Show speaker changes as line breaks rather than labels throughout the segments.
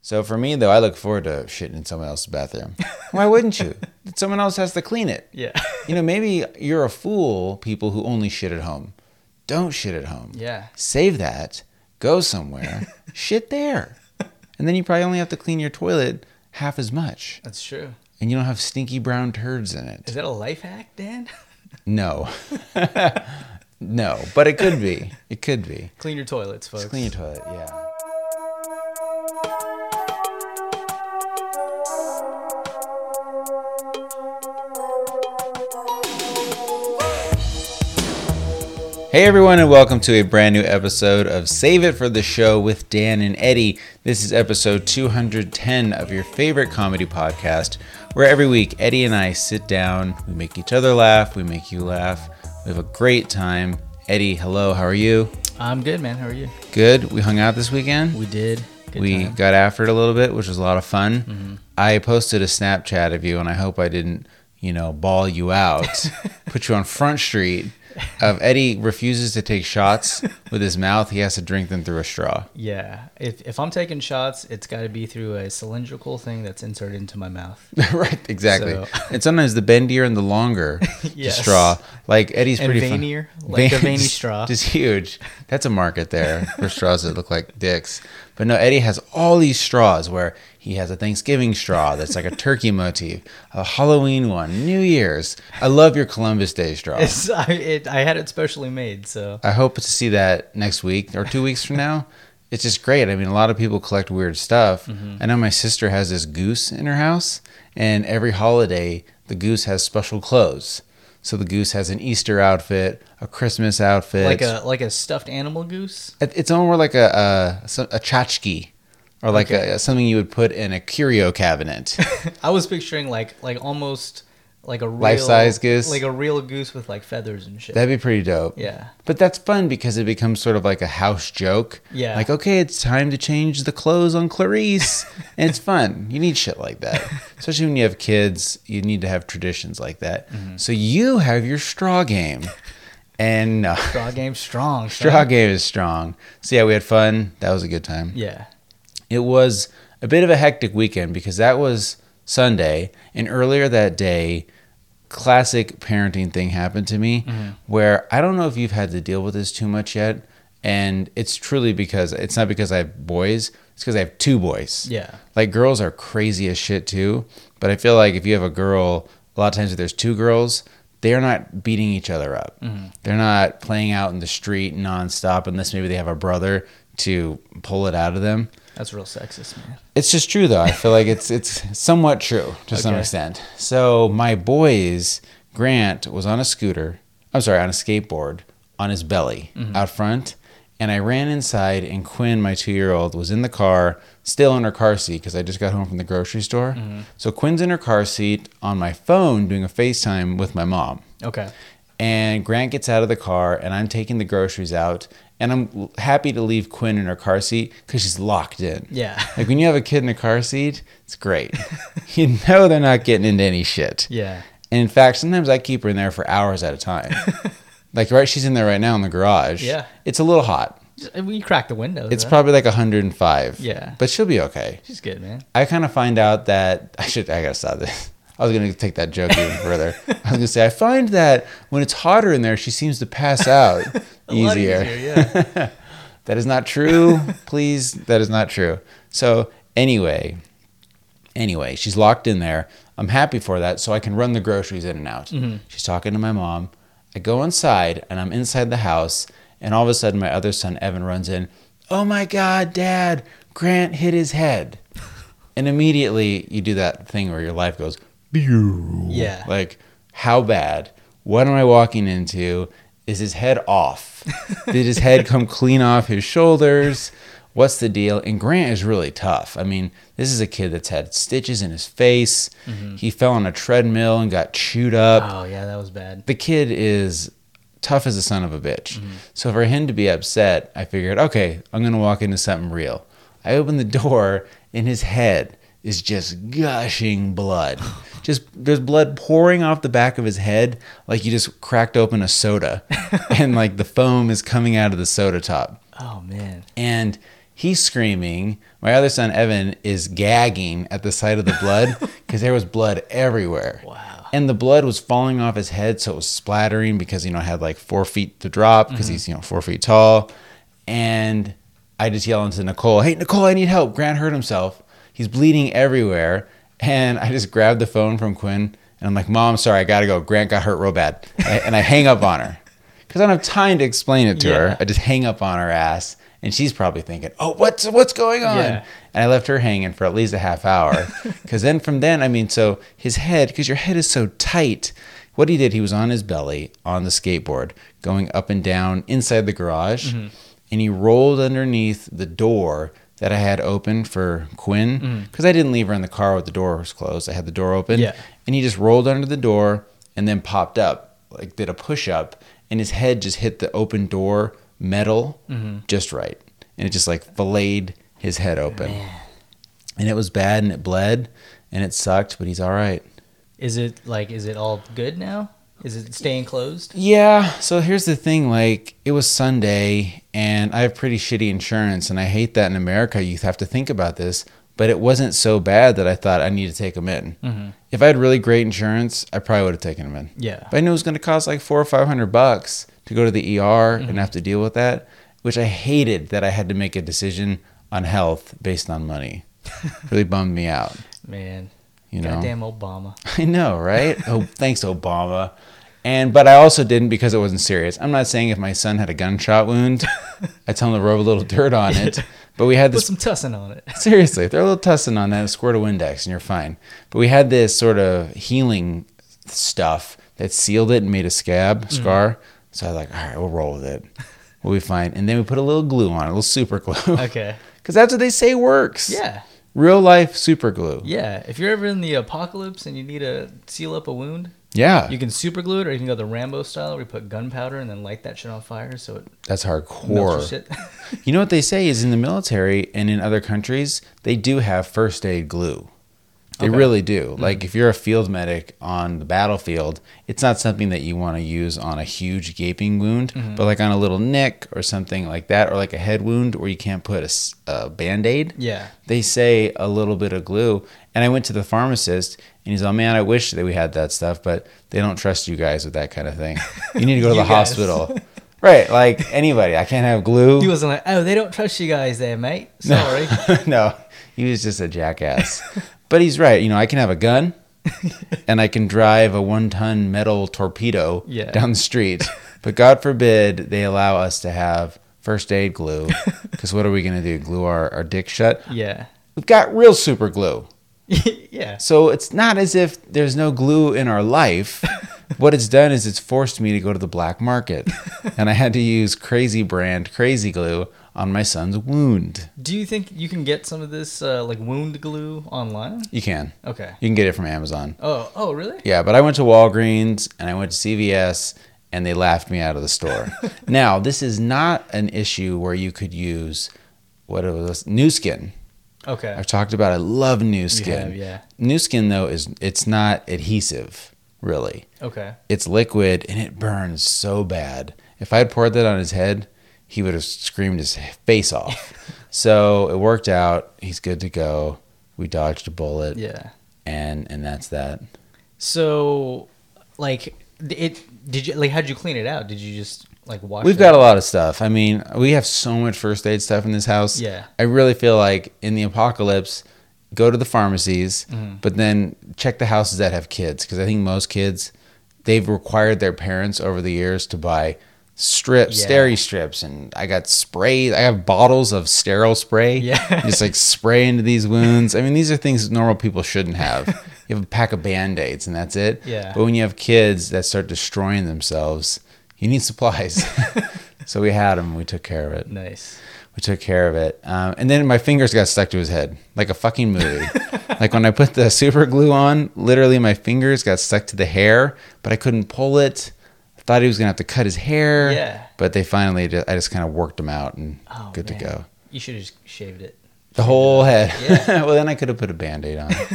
So for me though, I look forward to shitting in someone else's bathroom. Why wouldn't you? Someone else has to clean it.
Yeah.
You know, maybe you're a fool, people who only shit at home. Don't shit at home.
Yeah.
Save that, go somewhere, shit there. And then you probably only have to clean your toilet half as much.
That's true.
And you don't have stinky brown turds in it.
Is that a life hack, Dan?
No. no, but it could be. It could be.
Clean your toilets, folks.
Just clean your toilet, yeah. Hey everyone, and welcome to a brand new episode of Save It for the Show with Dan and Eddie. This is episode 210 of your favorite comedy podcast, where every week Eddie and I sit down, we make each other laugh, we make you laugh, we have a great time. Eddie, hello, how are you?
I'm good, man. How are you?
Good. We hung out this weekend.
We did. Mm-hmm. Good
we
time.
got after it a little bit, which was a lot of fun. I posted a Snapchat of you, and I hope I didn't, you know, ball you out, put you on Front Street. Of Eddie refuses to take shots with his mouth; he has to drink them through a straw.
Yeah. If, if I'm taking shots, it's got to be through a cylindrical thing that's inserted into my mouth.
right, exactly.
So-
And sometimes the bendier and the longer the
Yes.
straw, like Eddie's
And
pretty fun-
veinier, like the veiny
just-
straw.
just huge. That's a market there for straws that look like dicks. But no, Eddie has all these straws where he has a Thanksgiving straw that's like a turkey motif, a Halloween one, New Year's. I love your Columbus Day straw.
It's, I, it, I had it specially made, so
I hope to see that next week or two weeks from now. It's just great. I mean, a lot of people collect weird stuff.
Mm-hmm.
I know my sister has this goose in her house, and every holiday, the goose has special clothes. So the goose has an Easter outfit, a Christmas outfit,
like a like a stuffed animal goose.
It- It's almost like a a, so- a tchotchke or like a, something you would put in a curio cabinet.
I was picturing like like almost like a real,
Life-size goose?
like a real goose with like feathers and shit.
That'd be pretty dope.
yeah.
But that's fun because it becomes sort of like a house joke.
Yeah.
Like, okay, it's time to change the clothes on Clarice. and it's fun. You need shit like that. Especially when you have kids, you need to have traditions like that. So you have your straw game. And uh,
Straw game strong. son.
straw game is strong. So yeah, we had fun. That was a good time.
Yeah.
It was a bit of a hectic weekend because that was Sunday, and earlier that day, classic parenting thing happened to me where I don't know if you've had to deal with this too much yet, and it's truly because it's not because I have boys, it's because I have two boys.
Yeah.
Like girls are crazy as shit too, but I feel like if you have a girl, a lot of times if there's two girls, they're not beating each other up. They're not playing out in the street nonstop unless maybe they have a brother to pull it out of them.
That's real sexist, man.
It's just true though. I feel like it's it's somewhat true to some
Okay.
extent. So my boys, Grant was on a scooter. I'm sorry, on a skateboard on his belly out front, and I ran inside, and Quinn, my two year old, was in the car, still in her car seat because I just got home from the grocery store. So Quinn's in her car seat on my phone doing a FaceTime with my mom
Okay.
and Grant gets out of the car, and I'm taking the groceries out, and I'm l- happy to leave Quinn in her car seat because she's locked in.
Yeah.
Like when you have a kid in a car seat, it's great. you know they're not getting into any shit.
Yeah.
And in fact, sometimes I keep her in there for hours at a time. like right, she's in there right now in the garage.
Yeah.
It's a little hot.
Just- I mean, you crack the window.
It's probably like 105.
Yeah.
But she'll be okay.
She's good, man.
I kind of find out that I should. I gotta stop this. I was gonna take that joke even further. I was gonna say I find that when it's hotter in there, she seems to pass out
A lot
easier.
yeah.
That is not true. Please, that is not true. So anyway, anyway, she's locked in there. I'm happy for that, so I can run the groceries in and out. She's talking to my mom. I go inside, and I'm inside the house, and all of a sudden, my other son Evan runs in. Oh my God, Dad! Grant hit his head, and immediately you do that thing where your life goes. "Pew."
Yeah.
Like, how bad? What am I walking into? Is his head off? Did his head come clean off his shoulders? What's the deal? And Grant is really tough. I mean, this is a kid that's had stitches in his face. He fell on a treadmill and got chewed up
Oh yeah, that was bad.
the kid is tough as a son of a bitch. So for him to be upset, I figured, okay, I'm going to walk into something real. I open the door and his head is just gushing blood. just there's blood pouring off the back of his head like you just cracked open a soda and like the foam is coming out of the soda top
Oh man.
and He's screaming. My other son, Evan, is gagging at the sight of the blood because there was blood everywhere.
Wow.
And the blood was falling off his head, so it was splattering because, you know, it had like four feet to drop because he's, you know, four feet tall. And I just yell into Nicole, Hey, Nicole, I need help. Grant hurt himself. He's bleeding everywhere. And I just grabbed the phone from Quinn and I'm like, Mom, sorry, I got to go. Grant got hurt real bad. I- and I hang up on her because I don't have time to explain it to
Yeah.
her. I just hang up on her ass, and she's probably thinking, "Oh, what's what's going on?"
Yeah.
And I left her hanging for at least a half hour, because then from then, I mean, so his head, because your head is so tight. What he did, he was on his belly on the skateboard, going up and down inside the garage,
Mm-hmm.
and he rolled underneath the door that I had open for Quinn, because I didn't leave her in the car with the doors closed. I had the door open,
Mm-hmm. Yeah.
and he just rolled under the door and then popped up, like did a push up, and his head just hit the open door metal
Mm-hmm.
just right, and it just like filleted his head open, and it was bad and it bled and it sucked, but he's all right.
Is it like? Is it all good now? Is it staying closed?
Yeah. So here's the thing like, it was Sunday, and I have pretty shitty insurance, and I hate that in America you have to think about this, but it wasn't so bad that I thought I need to take him in. If I had really great insurance, I probably would have taken him in.
Yeah.
But I knew it was going to cost like four or 500 bucks to go to the ER and have to deal with that, which I hated that I had to make a decision on health based on money. really bummed me out,
Man,
you know?
goddamn Obama.
I know, right? Oh, thanks, Obama. And but I also didn't because it wasn't serious. I'm not saying if my son had a gunshot wound, I tell him to rub a little dirt on it. But we had
Put
this
some tussin on it.
seriously, throw a little tussin on that and squirt a Windex and you're fine. But we had this sort of healing stuff that sealed it and made a scab
Mm-hmm.
scar. So I was like, all right, we'll roll with it. We'll be fine. And then we put a little glue on it, a little super glue.
Okay.
Because that's what they say works.
Yeah.
Real life super glue.
Yeah. If you're ever in the apocalypse and you need to seal up a wound,
Yeah.
you can super glue it, or you can go the Rambo style, where you put gunpowder and then light that shit on fire so it
that's hardcore.
melts your shit.
You know what they say is in the military and in other countries, they do have first aid glue. They
Okay. Mm.
really do. Like if you're a field medic on the battlefield, it's not something that you want to use on a huge gaping wound,
Mm-hmm.
but like on a little nick or something like that, or like a head wound where you can't put a s- a, band aid
yeah.
they say a little bit of glue. And I went to the pharmacist and he's like, man, I wish that we had that stuff, but they don't trust you guys with that kind of thing. You need to go to
You
the
guys.
hospital. right. Like anybody, I can't have glue.
He wasn't like, oh, they don't trust you guys there, mate. Sorry.
no, he was just a jackass. but he's right. You know, I can have a gun and I can drive a one ton metal torpedo
Yeah.
down the street. But God forbid they allow us to have first aid glue because what are we going to do? Glue our, our dick shut?
yeah.
We've got real super glue.
yeah.
So it's not as if there's no glue in our life. what it's done is it's forced me to go to the black market. and I had to use crazy brand, crazy glue on my son's wound.
Do you think you can get some of this uh, like wound glue online?
You can.
Okay.
You can get it from Amazon.
Oh, oh, really?
Yeah, but I went to Walgreens and I went to CVS and they laughed me out of the store. now, this is not an issue where you could use what it was New Skin.
Okay.
I've talked about I love New
You
Skin.
have, yeah.
New Skin though is it's not adhesive, really.
Okay.
It's liquid and it burns so bad. If I had poured that on his head, he would have screamed his face off. so it worked out. He's good to go. We dodged a bullet,
Yeah.
and and that's that.
So, like, d- it did you like? How'd you clean it out? Did you just like wash?
We've
it?
got a lot of stuff. I mean, we have so much first aid stuff in this house.
Yeah.
I really feel like in the apocalypse, go to the pharmacies,
Mm-hmm.
but then check the houses that have kids because I think most kids they've required their parents over the years to buy strips,
Yeah.
steri strips, and I got sprays. I have bottles of sterile spray.
Yeah.
just like spray into these wounds. I mean, these are things normal people shouldn't have. You have a pack of band aids and that's it.
Yeah.
But when you have kids that start destroying themselves, you need supplies. so we had him. We took care of it.
Nice.
We took care of it. Um, and then my fingers got stuck to his head like a fucking movie. like when I put the super glue on, literally my fingers got stuck to the hair, but I couldn't pull it. I thought he was going to have to cut his hair.
Yeah.
But they finally, ju- I just kind of worked him out and
Oh,
good
man.
to go.
You should have just shaved it.
The whole head.
Yeah.
well, then I could have put a band aid on. it.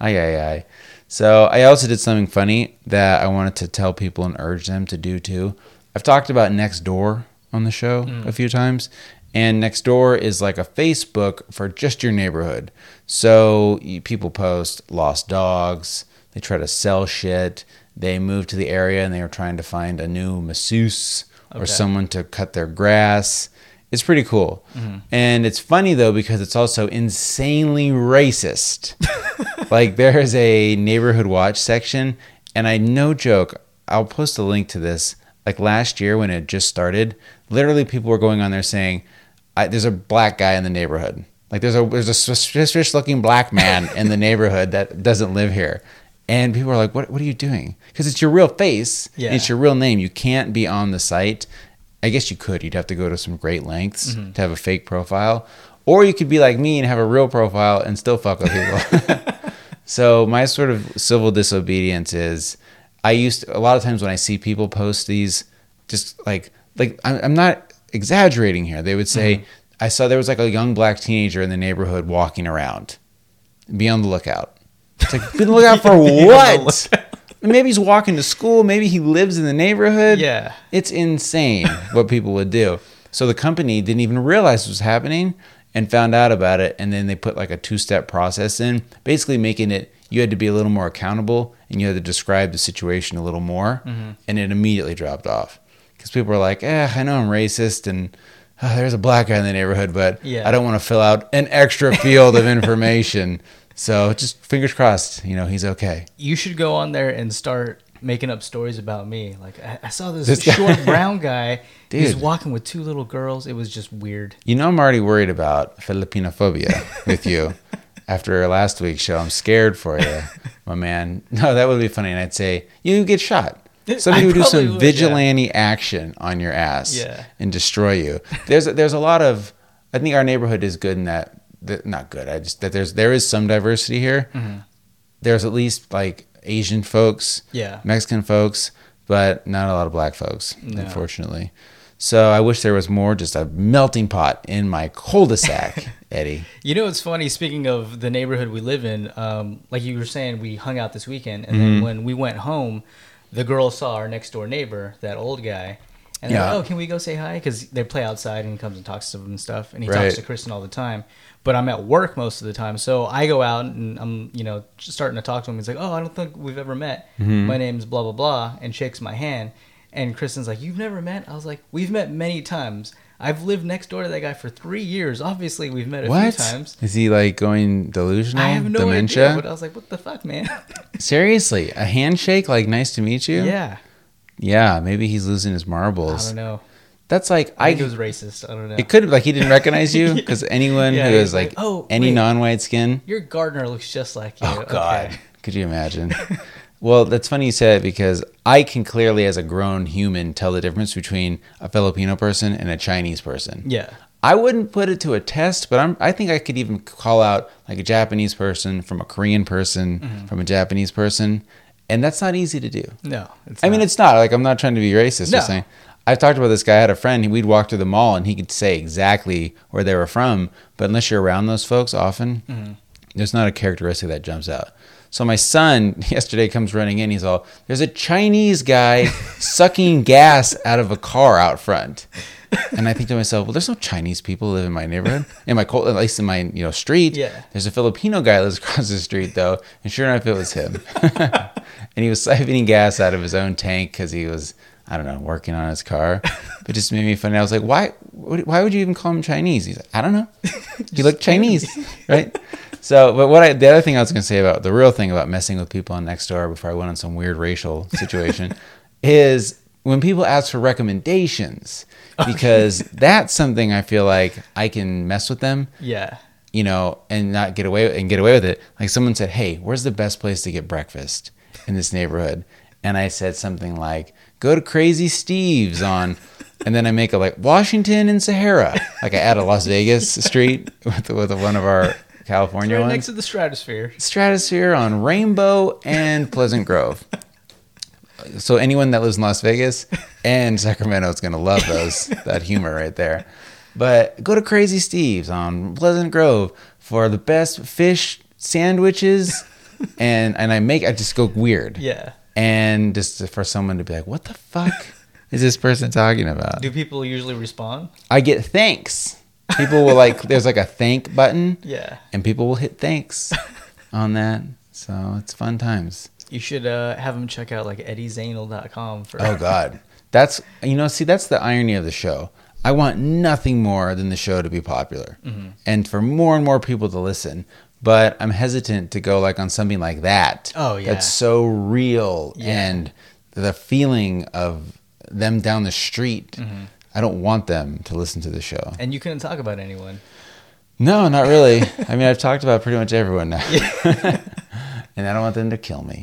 aye, aye, aye. So I also did something funny that I wanted to tell
Mm.
people and urge them to do too. I've talked about next door on the show a few times, And next door is like a Facebook for just your neighborhood. So you, people post lost dogs, they try to sell shit. They moved to the area and they were trying to find a new masseuse or
Okay.
someone to cut their grass. It's pretty cool. And it's funny though because it's also insanely racist. like there is a neighborhood watch section and I no joke, I'll post a link to this. Like last year when it just started, literally people were going on there saying, I, "There's a black guy in the neighborhood. Like there's a there's a suspicious looking black man in the neighborhood that doesn't live here." And people are like, "What what are you doing?" Because it's your real face. and
Yeah.
it's your real name. You can't be on the site. I guess you could. You'd have to go to some great lengths to have a fake profile, or you could be like me and have a real profile and still fuck with people. so my sort of civil disobedience is, I used to, a lot of times when I see people post these, just like like I'm, I'm not exaggerating here. They would say, "I saw there was like a young black teenager in the neighborhood walking around. Be on the lookout." It's like be on the lookout for
the
what? Maybe he's walking to school. Maybe he lives in the neighborhood.
Yeah.
It's insane what people would do. So the company didn't even realize this was happening and found out about it. And then they put like a two step process in, basically making it you had to be a little more accountable and you had to describe the situation a little more. And it immediately dropped off because people were like, eh, I know I'm racist and ah, there's a black guy in the neighborhood, but
Yeah.
I don't want to fill out an extra field of information. So just fingers crossed, you know, he's okay.
You should go on there and start making up stories about me. Like I, I saw this,
This guy-
short brown guy. He's
Dude.
walking with two little girls. It was just weird.
You know, I'm already worried about Filipinophobia with you after last week's show. I'm scared for you, my man. No, that would be funny. And I'd say, you get shot. Somebody
I
would do
probably
some
would, yeah.
vigilante action on your ass
Yeah.
and destroy you. There's there's a lot of I think our neighborhood is good in that, that not good. I just that there's there is some diversity here.
Mm-hmm.
There's at least like Asian folks,
Yeah.
Mexican folks, but not a lot of black folks,
No.
unfortunately. So I wish there was more just a melting pot in my cul-de-sac, Eddie.
You know, it's funny. Speaking of the neighborhood we live in, um, like you were saying, we hung out this weekend, and
Mm-hmm.
then when we went home, the girl saw our next door neighbor, that old guy, and they're
Yeah.
like, "Oh, can we go say hi?" Because they play outside, and he comes and talks to them and stuff, and he
Right.
talks to Kristen all the time. But I'm at work most of the time, so I go out and I'm, you know, just starting to talk to him. He's like, "Oh, I don't think we've ever met.
Mm-hmm.
My name's blah blah blah," and shakes my hand. And Kristen's like, "You've never met?" I was like, "We've met many times." I've lived next door to that guy for three years. Obviously, we've met a
What?
few times.
Is he like going delusional?
I have no
dementia?
idea. But I was like, what the fuck, man?
Seriously, a handshake like nice to meet you?
yeah.
Yeah, maybe he's losing his
I
marbles.
don't know.
That's like
I
I,
think it was racist. I don't know.
it could like he didn't recognize you because anyone
Yeah,
who
he
is
was
like,
like, "Oh,
any
wait."
non-white skin
Your gardener looks just like you.
Oh
Okay.
God, could you imagine? well, that's funny you said it because I can clearly, as a grown human, tell the difference between a Filipino person and a Chinese person.
Yeah.
I wouldn't put it to a test, but I'm, I think I could even call out like a Japanese person from a Korean person from a Japanese person, and that's not easy to do.
No. It's
I mean,
not.
it's not like I'm not trying to be racist.
No.
Just saying, I've talked about this guy. I had a friend. We'd walk through the mall, and he could say exactly where they were from. But unless you're around those folks often,
Mm-hmm.
there's not a characteristic that jumps out. So my son yesterday comes running in. He's all, "There's a Chinese guy sucking gas out of a car out front." And I think to myself, "Well, there's no Chinese people live in my neighborhood, in my cul- at least in my you know street.
Yeah.
There's a Filipino guy lives across the street though, and sure enough, it was him." and he was siphoning gas out of his own tank because he was I don't know working on his car. But it just made me funny. I was like, why? What, why would you even call him Chinese? He's like, I don't know. You look Chinese, right? So, but what I the other thing I was going to say about the real thing about messing with people on Nextdoor before I went on some weird racial situation is when people ask for recommendations because that's something I feel like I can mess with them
yeah.
you know, and not get away and get away with it. Like someone said, "Hey, where's the best place to get breakfast in this neighborhood?" And I said something like, "Go to Crazy Steve's on," and then I make a like Washington and Sahara. Like I add a Las Vegas street with with one of our California
Right
ones.
next to the stratosphere.
Stratosphere on Rainbow and Pleasant Grove. So anyone that lives in Las Vegas and Sacramento is going to love those that humor right there. But go to Crazy Steve's on Pleasant Grove for the best fish sandwiches and and I make I just go weird.
Yeah.
And just for someone to be like, "What the fuck is this person talking about?"
Do people usually respond?
I get thanks. People will like there's like a thank button.
Yeah.
And people will hit thanks on that. So it's fun times.
You should uh, have them check out like eddiezanel.com for
Oh God, that's you know. See, that's the irony of the show. I want nothing more than the show to be popular,
Mm-hmm.
and for more and more people to listen. But I'm hesitant to go like on something like that.
Oh, yeah.
that's so real
Yeah.
and the feeling of them down the street.
Mm-hmm.
I don't want them to listen to the show.
and you couldn't talk about anyone.
No, not really. I mean, I've talked about pretty much everyone now. and I don't want them to kill me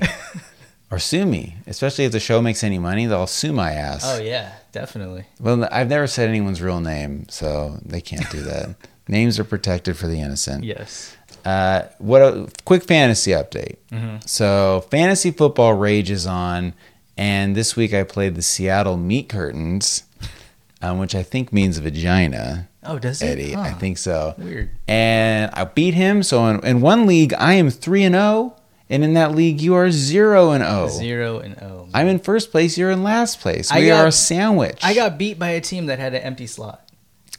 or sue me, especially if the show makes any money, they'll sue my ass.
Oh yeah, definitely.
Well, I've never said anyone's real name, so they can't do that. Names are protected for the innocent.
Yes.
Uh, what a quick fantasy update.
Mm-hmm.
So, fantasy football rages on, and this week I played the Seattle Meat Curtains, um, which I think means vagina.
Oh, does it?
Eddie. I
Huh.
think so.
Weird.
And I beat him. So in, in one league, I am three and zero, and in that league, you are zero and zero.
Zero and oh.
I'm in first place. You're in last place.
I
We
got-
are a sandwich.
I got beat by a team that had an empty slot.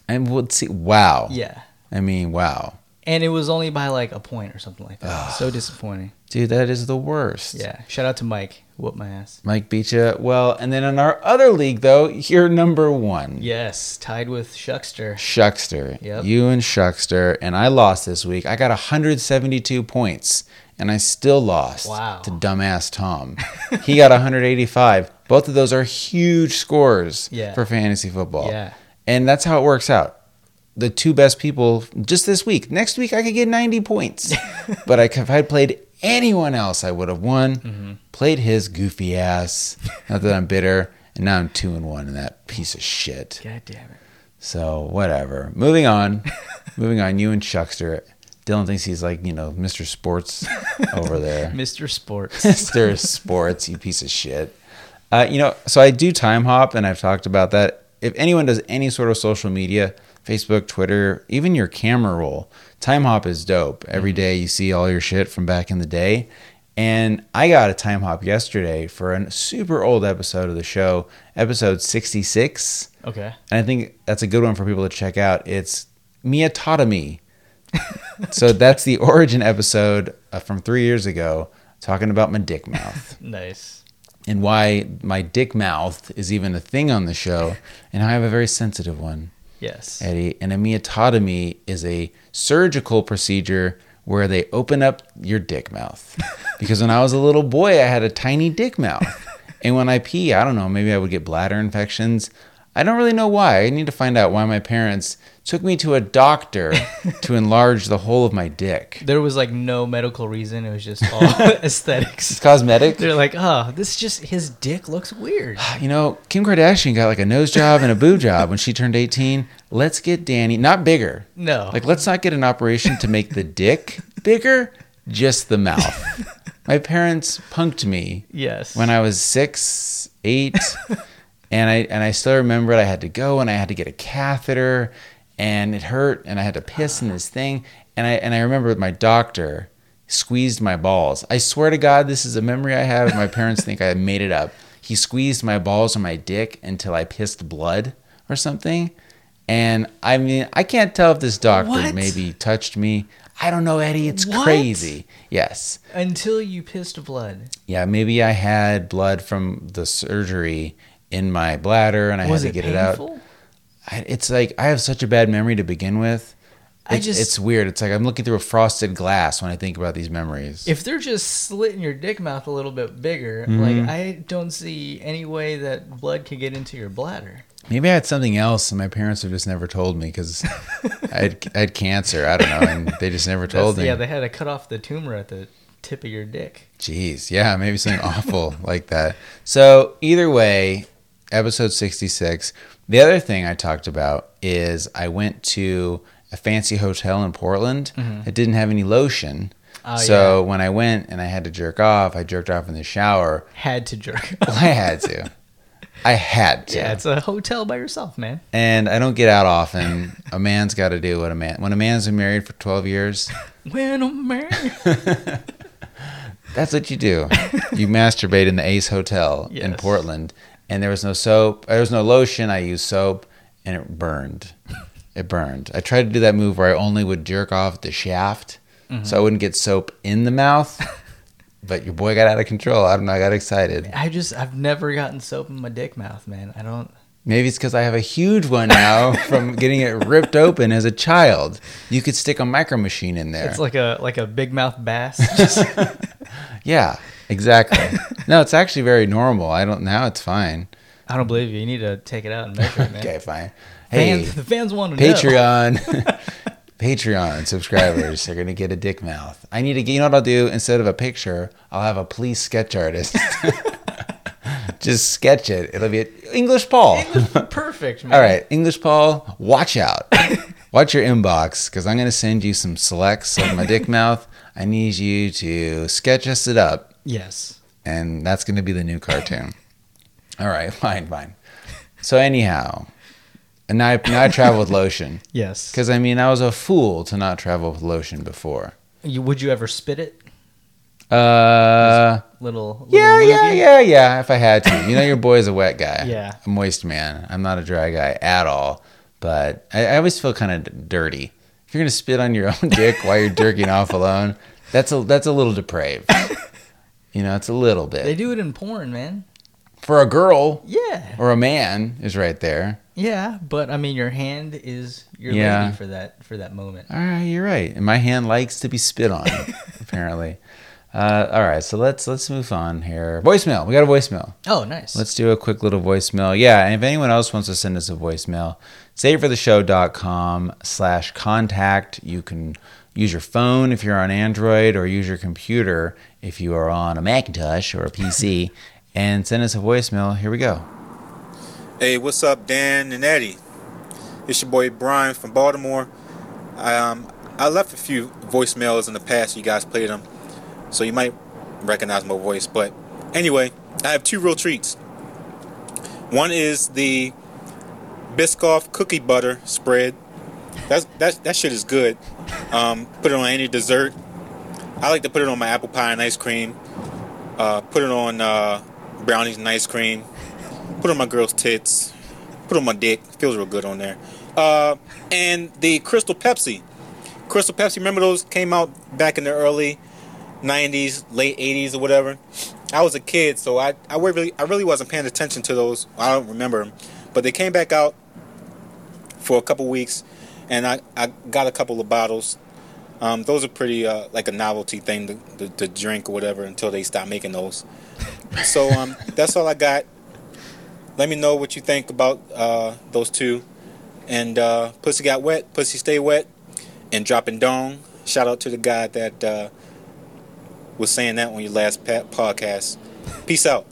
And we'll see. Wow.
Yeah.
I mean, wow,
And it was only by like a point or something like
Ah.
that. so disappointing.
dude, that is the worst.
Yeah. Shout out to Mike. Whoop my ass.
Mike beat you well, and then in our other league, though, you're number one.
Yes. Tied with Shuckster.
Shuckster.
Yep.
You and Shuckster. And I lost this week. I got 172 points and I still lost
Wow.
to dumbass Tom. he got 185. Both of those are huge scores
Yeah.
for fantasy football.
Yeah.
And that's how it works out. The two best people just this week. Next week, I could get 90 points. but I, if I played anyone else, I would have won.
Mm-hmm.
Played his goofy ass. Not that I'm bitter. And now I'm two and one in that piece of shit.
God damn it.
So whatever. Moving on. Moving on. You and Chuckster. Dylan thinks he's like you know Mr. Sports over there.
Mr. Sports.
Mr. Sports, you piece of shit. Uh, you know, so I do time hop, and I've talked about that. If anyone does any sort of social media, Facebook, Twitter, even your camera roll, time hop is dope. Every day you see all your shit from back in the day. And I got a time hop yesterday for a super old episode of the show, episode 66.
Okay.
And I think that's a good one for people to check out. It's Miatotomy. so that's the origin episode uh, from three years ago, talking about my dick mouth
Nice.
and why my dick mouth is even a thing on the show. And I have a very sensitive one,
Yes.
Eddie. And a miototomy is a surgical procedure where they open up your dick mouth. Because when I was a little boy, I had a tiny dick mouth. And when I pee, I don't know, maybe I would get bladder infections. I don't really know why. I need to find out why my parents took me to a doctor to enlarge the whole of my dick.
There was like no medical reason. It was just all aesthetics.
It's cosmetic.
They're like, oh, this just his dick looks weird.
You know, Kim Kardashian got like a nose job and a boob job when she turned 18. Let's get Danny, not bigger.
No.
Like, let's not get an operation to make the dick bigger, just the mouth. My parents punked me
yes.
when I was six, eight, and I and I still remember it. I had to go and I had to get a catheter, and it hurt, and I had to piss in
Ah.
this thing, and I and I remember my doctor squeezed my balls. I swear to God, this is a memory I have. and My parents think I made it up. He squeezed my balls on my dick until I pissed blood or something. And I mean, I can't tell if this doctor
What?
maybe touched me. I don't know, Eddie. It's
What?
crazy. Yes.
until you pissed blood.
Yeah, maybe I had blood from the surgery in my bladder and I
was
had to
it
get it
painful?
out. I, it's like I have such a bad memory to begin with.
I
It's,
just-
it's weird. It's like I'm looking through a frosted glass when I think about these memories.
If they're just slitting your dick mouth a little bit bigger, like
Mm-hmm.
I don't see any way that blood could get into your bladder.
maybe I had something else and my parents have just never told me because I, had, I had cancer. I don't know. And they just never
That's,
told me.
yeah, they had to cut off the tumor at the tip of your dick.
Jeez, yeah, maybe something awful like that. So either way, episode sixty six. The other thing I talked about is I went to a fancy hotel in Portland. It didn't have any lotion,
Mm-hmm. Oh,
so when I went and I had to jerk off, I jerked off in the shower.
Had to jerk.
Well, I had to. I had to.
yeah, it's a hotel by yourself, man.
and I don't get out often. A man's got to do what a man. When a man's been married for twelve years,
When I'm married.
That's what you do. You masturbate in the Ace Hotel in
Yes.
Portland, and there was no soap. There was no lotion. I used soap, and it burned. It burned. I tried to do that move where I only would jerk off the shaft so
Mm-hmm.
I wouldn't get soap in the mouth. but your boy got out of control. I don't know. I got excited.
I just I've never gotten soap in my dick mouth, man. I don't.
Maybe it's because I have a huge one now from getting it ripped open as a child. You could stick a micro machine in there.
It's like a like a big mouth bass. Just,
yeah, exactly. no, it's actually very normal. I don't. Now it's fine.
I don't believe you. You need to take it out and measure it, man.
Okay, fine. Hey,
Fans, the fans want to know.
Patreon. Patreon subscribers are gonna get a dick mouth. I need to get. You know what I'll do? Instead of a picture, I'll have a police sketch artist. Just sketch it. It'll be a, English Paul.
Patreon. Perfect, man.
All right, English Paul, watch out. watch your inbox because I'm gonna send you some selects of my dick mouth. I need you to sketch us it up
Yes.
and that's going to be the new cartoon. All right, fine, fine. So anyhow, and I now I travel with lotion
Yes.
because I mean I was a fool to not travel with lotion before.
You, would you ever spit it?
Uh,
Little.
yeah,
little
yeah,
loogie?
yeah, yeah. If I had to, you know, your boy's a wet guy.
Yeah.
a moist man. I'm not a dry guy at all. But I, I always feel kind of dirty. If you're gonna spit on your own dick while you're jerking off alone, that's a that's a little depraved. You know, it's a little
They
bit
do it in porn, man.
for a girl.
Yeah.
or a man is right there.
Yeah, but I mean, your hand is your
Yeah.
lady for that for that moment.
All right, you're right. And my hand likes to be spit on, apparently. Uh, all right, so let's let's move on here. Voicemail. We got a voicemail.
Oh, nice.
Let's do a quick little voicemail. Yeah, and if anyone else wants to send us a voicemail, savefortheshow.com slash contact. You can use your phone if you're on Android or use your computer if you are on a Macintosh or a PC and send us a voicemail. Here we go.
Hey, what's up, Dan and Eddie? It's your boy Brian from Baltimore. I, um, I left a few voicemails in the past. You guys played them, so you might recognize my voice. But anyway, I have two real treats. One is the Biscoff cookie butter spread. That's that that shit is good. Um, put it on any dessert. I like to put it on my apple pie and ice cream. Uh, put it on uh, brownies and ice cream put on my girl's tits, put on my dick. Feels real good on there. Uh, and the Crystal Pepsi. Crystal Pepsi, remember those came out back in the early 90s, late 80s or whatever. I was a kid, so I, I really I really wasn't paying attention to those. I don't remember them. But they came back out for a couple weeks, and I, I got a couple of bottles. Um, those are pretty uh, like a novelty thing to, to, to drink or whatever until they stop making those. So um, that's all I got let me know what you think about uh, those two. And uh, pussy got wet, pussy stay wet, and dropping dong. Shout out to the guy that uh, was saying that on your last pa- podcast. Peace out.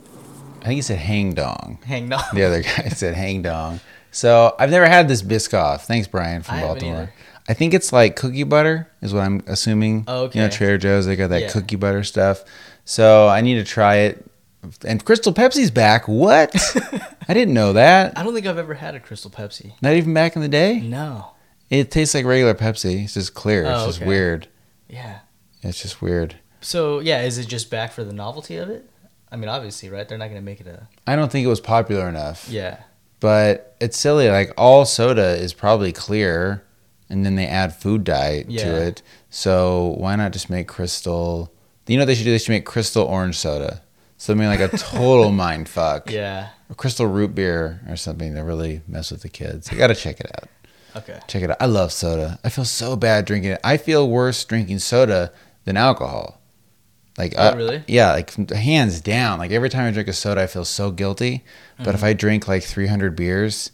I think he said hang dong.
hang on.
the other guy said hang dong. So I've never had this Biscoff. Thanks, Brian from
I haven't
Baltimore.
either.
I think it's like cookie butter is what I'm assuming.
Oh,
You know,
okay.
Trader Joe's they got that
Yeah.
cookie butter stuff. So I need to try it. And Crystal Pepsi's back. What? I didn't know that.
I don't think I've ever had a Crystal Pepsi.
Not even back in the day.
No.
It tastes like regular Pepsi. It's just clear. It's
Oh,
just
okay.
weird.
Yeah.
It's just weird.
So yeah, is it just back for the novelty of it? I mean, obviously, right? They're not gonna make it a
I don't think it was popular enough.
yeah.
But it's silly. Like all soda is probably clear, and then they add food dye
Yeah.
to it. So why not just make crystal? You know what they should do? They should make crystal orange soda. Something like a total mind fuck.
Yeah.
Or crystal root beer or something to really mess with the kids. You gotta check it out.
Okay.
Check it out. I love soda. I feel so bad drinking it. I feel worse drinking soda than alcohol. Like
Oh,
I-
really?
Yeah, like hands down. Like every time I drink a soda, I feel so guilty. But
Mm-hmm.
if I drink like 300 beers,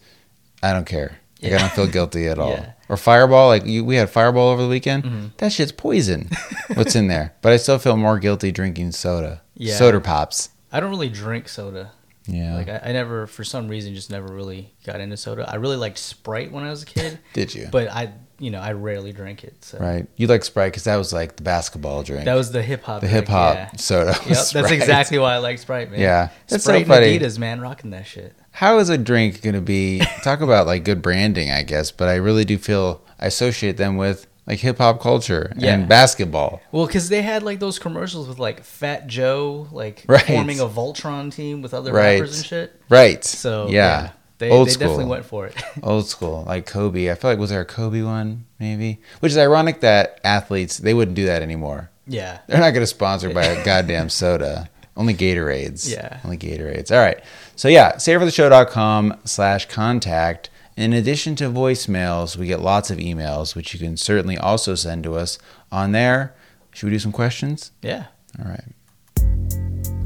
I don't care. Like I
Yeah.
don't feel guilty at all.
Yeah. Mm-hmm.
Or Fireball, like you, we had Fireball over the weekend. That shit's poison. What's in there? But I still feel more guilty drinking soda.
Yeah.
Soda pops.
I don't really drink soda.
Yeah.
Like I, I never, for some reason, just never really got into soda. I really liked Sprite when I was a kid,
Did you?
but I, you know, I rarely drink it. So
right. You like Sprite because that was like the basketball drink.
that was the hip hop.
the hip hop soda. was
Yep, that's
Sprite.
exactly why I like Sprite, man.
Yeah. That's so
Sprite
funny.
and Adidas, man, rocking that shit.
How is a drink going to be? Talk about like good branding, I guess, but I really do feel I associate them with like hip hop culture
Yeah.
and basketball.
Well, because they had like those commercials with like Fat Joe, like
Right.
forming a Voltron team with other
Right.
rappers and shit.
Right.
So
yeah.
they They,
Old
they definitely
school.
went for it.
Old school, like Kobe. I feel like was there a Kobe one maybe? Which is ironic that athletes they wouldn't do that anymore.
yeah.
They're not going to sponsor by a goddamn soda. Only Gatorades.
Yeah.
Only Gatorades. All right. So yeah, savefortheshow.com slash contact. In addition to voicemails, we get lots of emails, which you can certainly also send to us on there. Should we do some questions?
Yeah.
All right.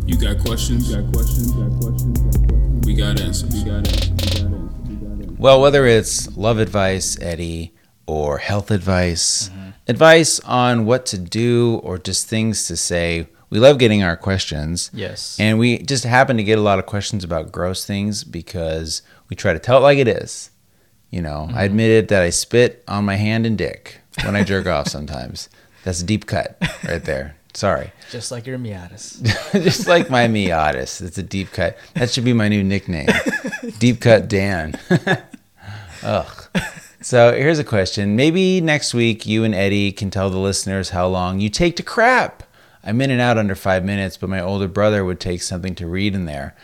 You got questions? got questions? got questions? We got answers. We got answers. We got answers. We got answers.
Well, whether it's love advice, Eddie, or health advice, advice on what to do or just things to say, we love getting our questions.
Yes.
And we just happen to get a lot of questions about gross things because we try to tell it like it is. You know, I admitted that I spit on my hand and dick when I jerk off sometimes. That's a deep cut right there. Sorry.
Just like your Miatus.
just like my Miatus. It's a deep cut. That should be my new nickname. deep cut Dan. Ugh. So here's a question. Maybe next week you and Eddie can tell the listeners how long you take to crap. I'm in and out under five minutes, but my older brother would take something to read in there.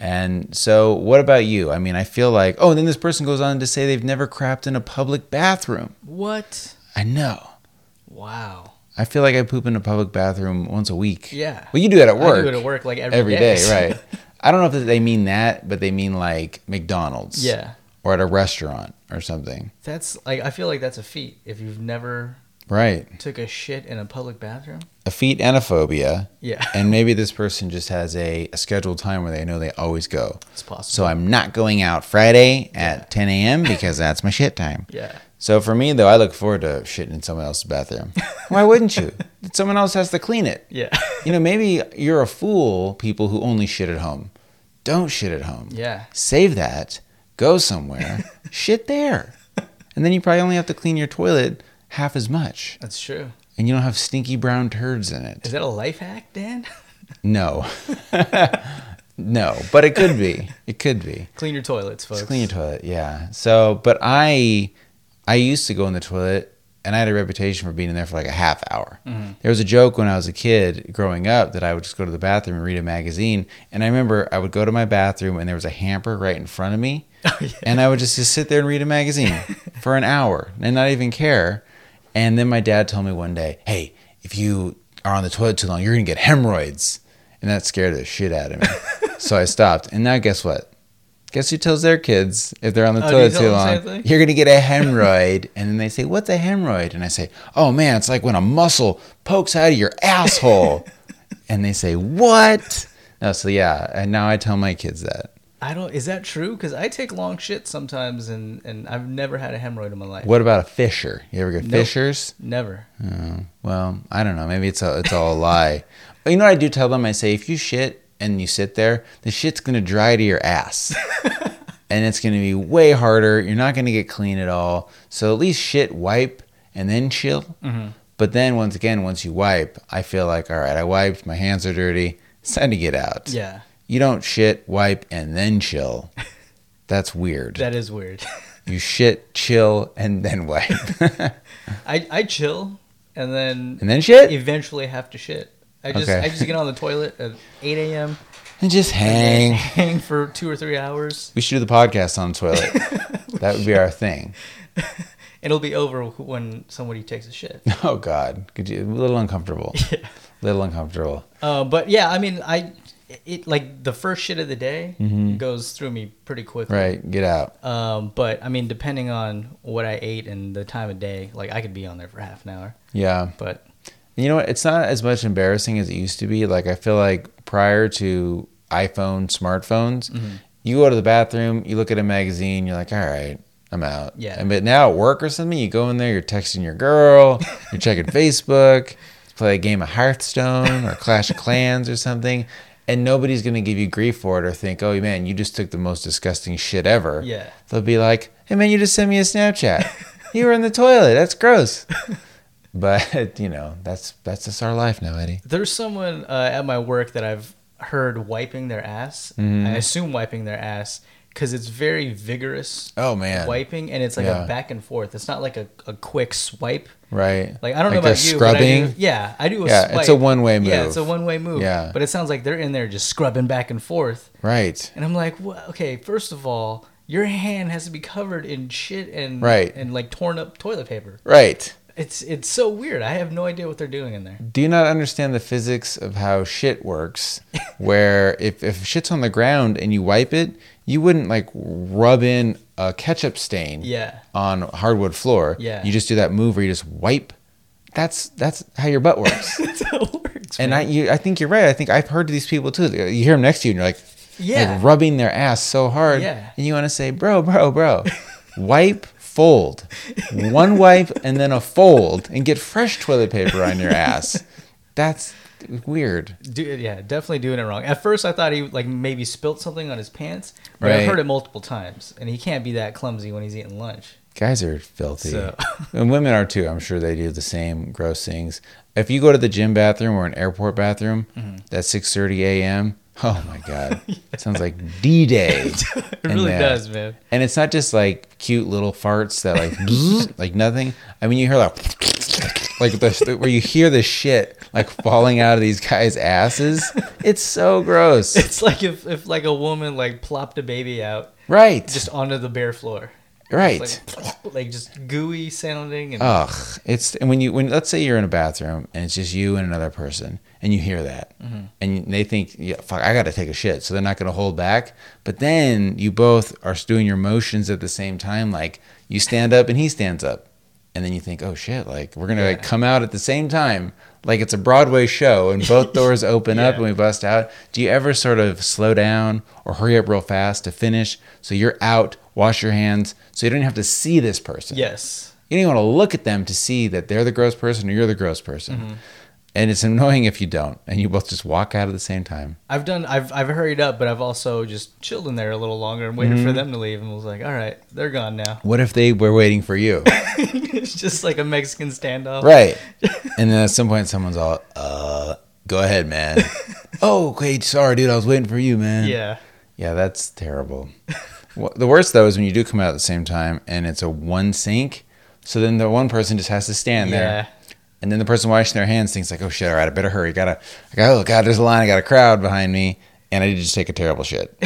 And so, what about you? I mean, I feel like, oh, and then this person goes on to say they've never crapped in a public bathroom.
what?
I know.
Wow.
I feel like I poop in a public bathroom once a week.
Yeah.
Well, you do that at work
I do it at work like
every day,
day.
right? I don't know if they mean that, but they mean like McDonald's,
yeah.
or at a restaurant or something,
That's like I feel like that's a feat if you've never
right?
took a shit in a public bathroom.
A feet and a phobia,
Yeah.
and maybe this person just has a, a scheduled time where they know they always go.
It's possible.
So I'm not going out Friday at 10 a.m. because that's my shit time.
yeah.
So for me though, I look forward to shitting in someone else's bathroom. Why wouldn't you? Someone else has to clean it.
Yeah.
You know, maybe you're a fool. People who only shit at home, don't shit at home.
yeah.
save that, go somewhere, shit there. And then you probably only have to clean your toilet half as much.
That's true.
And you don't have stinky brown turds in it.
Is that a life hack, Dan?
No. no, but it could be. It could be.
Clean your toilets, folks.
Just clean your toilet, yeah. So, but I I used to go in the toilet and I had a reputation for being in there for like a half hour. There was a joke when I was a kid growing up that I would just go to the bathroom and read a magazine. And I remember I would go to my bathroom and there was a hamper right in front of me.
Oh,
and I would just, just sit there and read a magazine for an hour and not even care. And then my dad told me one day, "Hey, if you are on the toilet too long, you're gonna get hemorrhoids," and that scared the shit out of me. so I stopped. And now guess what? Guess who tells their kids if they're on the
Oh, do you
toilet
tell
too
them the
long,
same thing?
you're gonna get a hemorrhoid? and then they say, "What's a hemorrhoid?" And I say, "Oh man, it's like when a muscle pokes out of your asshole." and they say, "What?" No, so yeah, and now I tell my kids that.
I don't. Is that true? Because I take long shits sometimes, and and I've never had a hemorrhoid in my life.
What about a fissure? You ever get
Nope.
fissures?
Never.
Oh, well, I don't know. Maybe it's all, it's all a lie. But you know what I do tell them? I say, if you shit and you sit there, the shit's going to dry to your ass. and it's going to be way harder. You're not going to get clean at all. So at least shit, wipe, and then chill. But then once again, once you wipe, I feel like, all right, I wiped, my hands are dirty. It's time to get out.
Yeah.
You don't shit, wipe, and then chill. That's weird.
That is weird.
you shit, chill, and then wipe.
I I chill, and then
and then shit?
eventually have to shit. I just
Okay.
I just get on the toilet at 8 a.m.
and just hang.
hang for two or three hours.
We should do the podcast on the toilet. that would be our thing.
It'll be over when somebody takes a shit.
Oh God, could you? A little uncomfortable. little uncomfortable.
Uh, but yeah, I mean, I it like the first shit of the day goes through me pretty quickly.
Mm-hmm. Right, get out.
Um, but I mean, depending on what I ate and the time of day, like I could be on there for half an hour.
Yeah.
But
You know what? It's not as much embarrassing as it used to be. Like I feel like prior to iPhone smartphones, you go to the bathroom, you look at a magazine, you're like, all right. I'm out.
Yeah.
And, but now at work or something, you go in there, you're texting your girl, you're checking Facebook, play a game of Hearthstone or Clash of Clans or something, and nobody's gonna give you grief for it or think, oh man, you just took the most disgusting shit ever.
Yeah.
They'll be like, hey man, you just sent me a Snapchat. you were in the toilet. That's gross. But you know, that's that's just our life now, Eddie.
there's someone uh, at my work that I've heard wiping their ass.
Mm-hmm.
I assume wiping their ass because it's very vigorous
Oh man.
wiping, and it's like
Yeah.
a back and forth. It's not like a, a quick swipe.
Right.
Like I don't know
they're
about you,
Scrubbing.
but I do, yeah, I do. A
Yeah,
swipe.
it's a one-way
Yeah,
move.
it's a one way move.
Yeah.
but it sounds like they're in there just scrubbing back and forth,
Right.
and I'm like, well, okay, first of all, your hand has to be covered in shit and
Right.
and like torn up toilet paper.
Right.
It's it's so weird. I have no idea what they're doing in there.
Do you not understand the physics of how shit works? Where if, if shit's on the ground and you wipe it, you wouldn't like rub in a ketchup stain
Yeah.
on hardwood floor.
Yeah.
You just do that move where you just wipe. That's that's how your butt works.
That's how it works.
and
man.
I you, I think you're right. I think I've heard these people too. You hear them next to you and you're like,
Yeah.
like rubbing their ass so hard.
Yeah.
And you want to say, bro, bro, bro, wipe, fold. One wipe and then a fold and get fresh toilet paper on your ass. That's weird.
Do, yeah, definitely doing it wrong. At first, I thought he like maybe spilt something on his pants, but I've
Right.
heard it multiple times, and he can't be that clumsy when he's eating lunch.
Guys are filthy.
So-
and women are too. I'm sure they do the same gross things. If you go to the gym bathroom or an airport bathroom,
Mm-hmm.
that's 6:30 a.m. Oh my god. Sounds like D-Day.
It
in
really
there.
does, man.
And uh, it's not just like cute little farts that like bzzz, like nothing. I mean, you hear like like the, where you hear the shit like falling out of these guys' asses. It's so gross,
It's like if, if like a woman like plopped a baby out
right?
just onto the bare floor,
right.
It's like, like just gooey sounding
Oh.
and
Ugh, it's and when you when let's say you're in a bathroom and it's just you and another person and you hear that and they think yeah fuck I got to take a shit so they're not going to hold back but then you both are doing your motions at the same time like you stand up and he stands up and then you think oh shit like we're going to like come out at the same time like it's a Broadway show and both doors open up
Yeah.
and we bust out do you ever sort of slow down or hurry up real fast to finish so you're out wash your hands so you don't have to see this person
yes,
you don't even want to look at them to see that they're the gross person or you're the gross person.
Mm-hmm.
And it's annoying if you don't, and you both just walk out at the same time.
I've done I've I've hurried up, but I've also just chilled in there a little longer and waited
Mm-hmm.
for them to leave, and was like, all right, they're gone now.
What if they were waiting for you?
it's just like a Mexican standoff,
right. And then at some point, someone's all, uh, go ahead, man. oh, okay, sorry, dude, I was waiting for you, man.
Yeah,
Yeah, that's terrible. Wha- the worst, though, is when you do come out at the same time and it's a one sink. So then the one person just has to stand there.
yeah.
And then the person washing their hands thinks like, "Oh shit! All right, I better hurry. Gotta, I gotta, oh god, there's a line. I got a crowd behind me, and I did just take a terrible shit."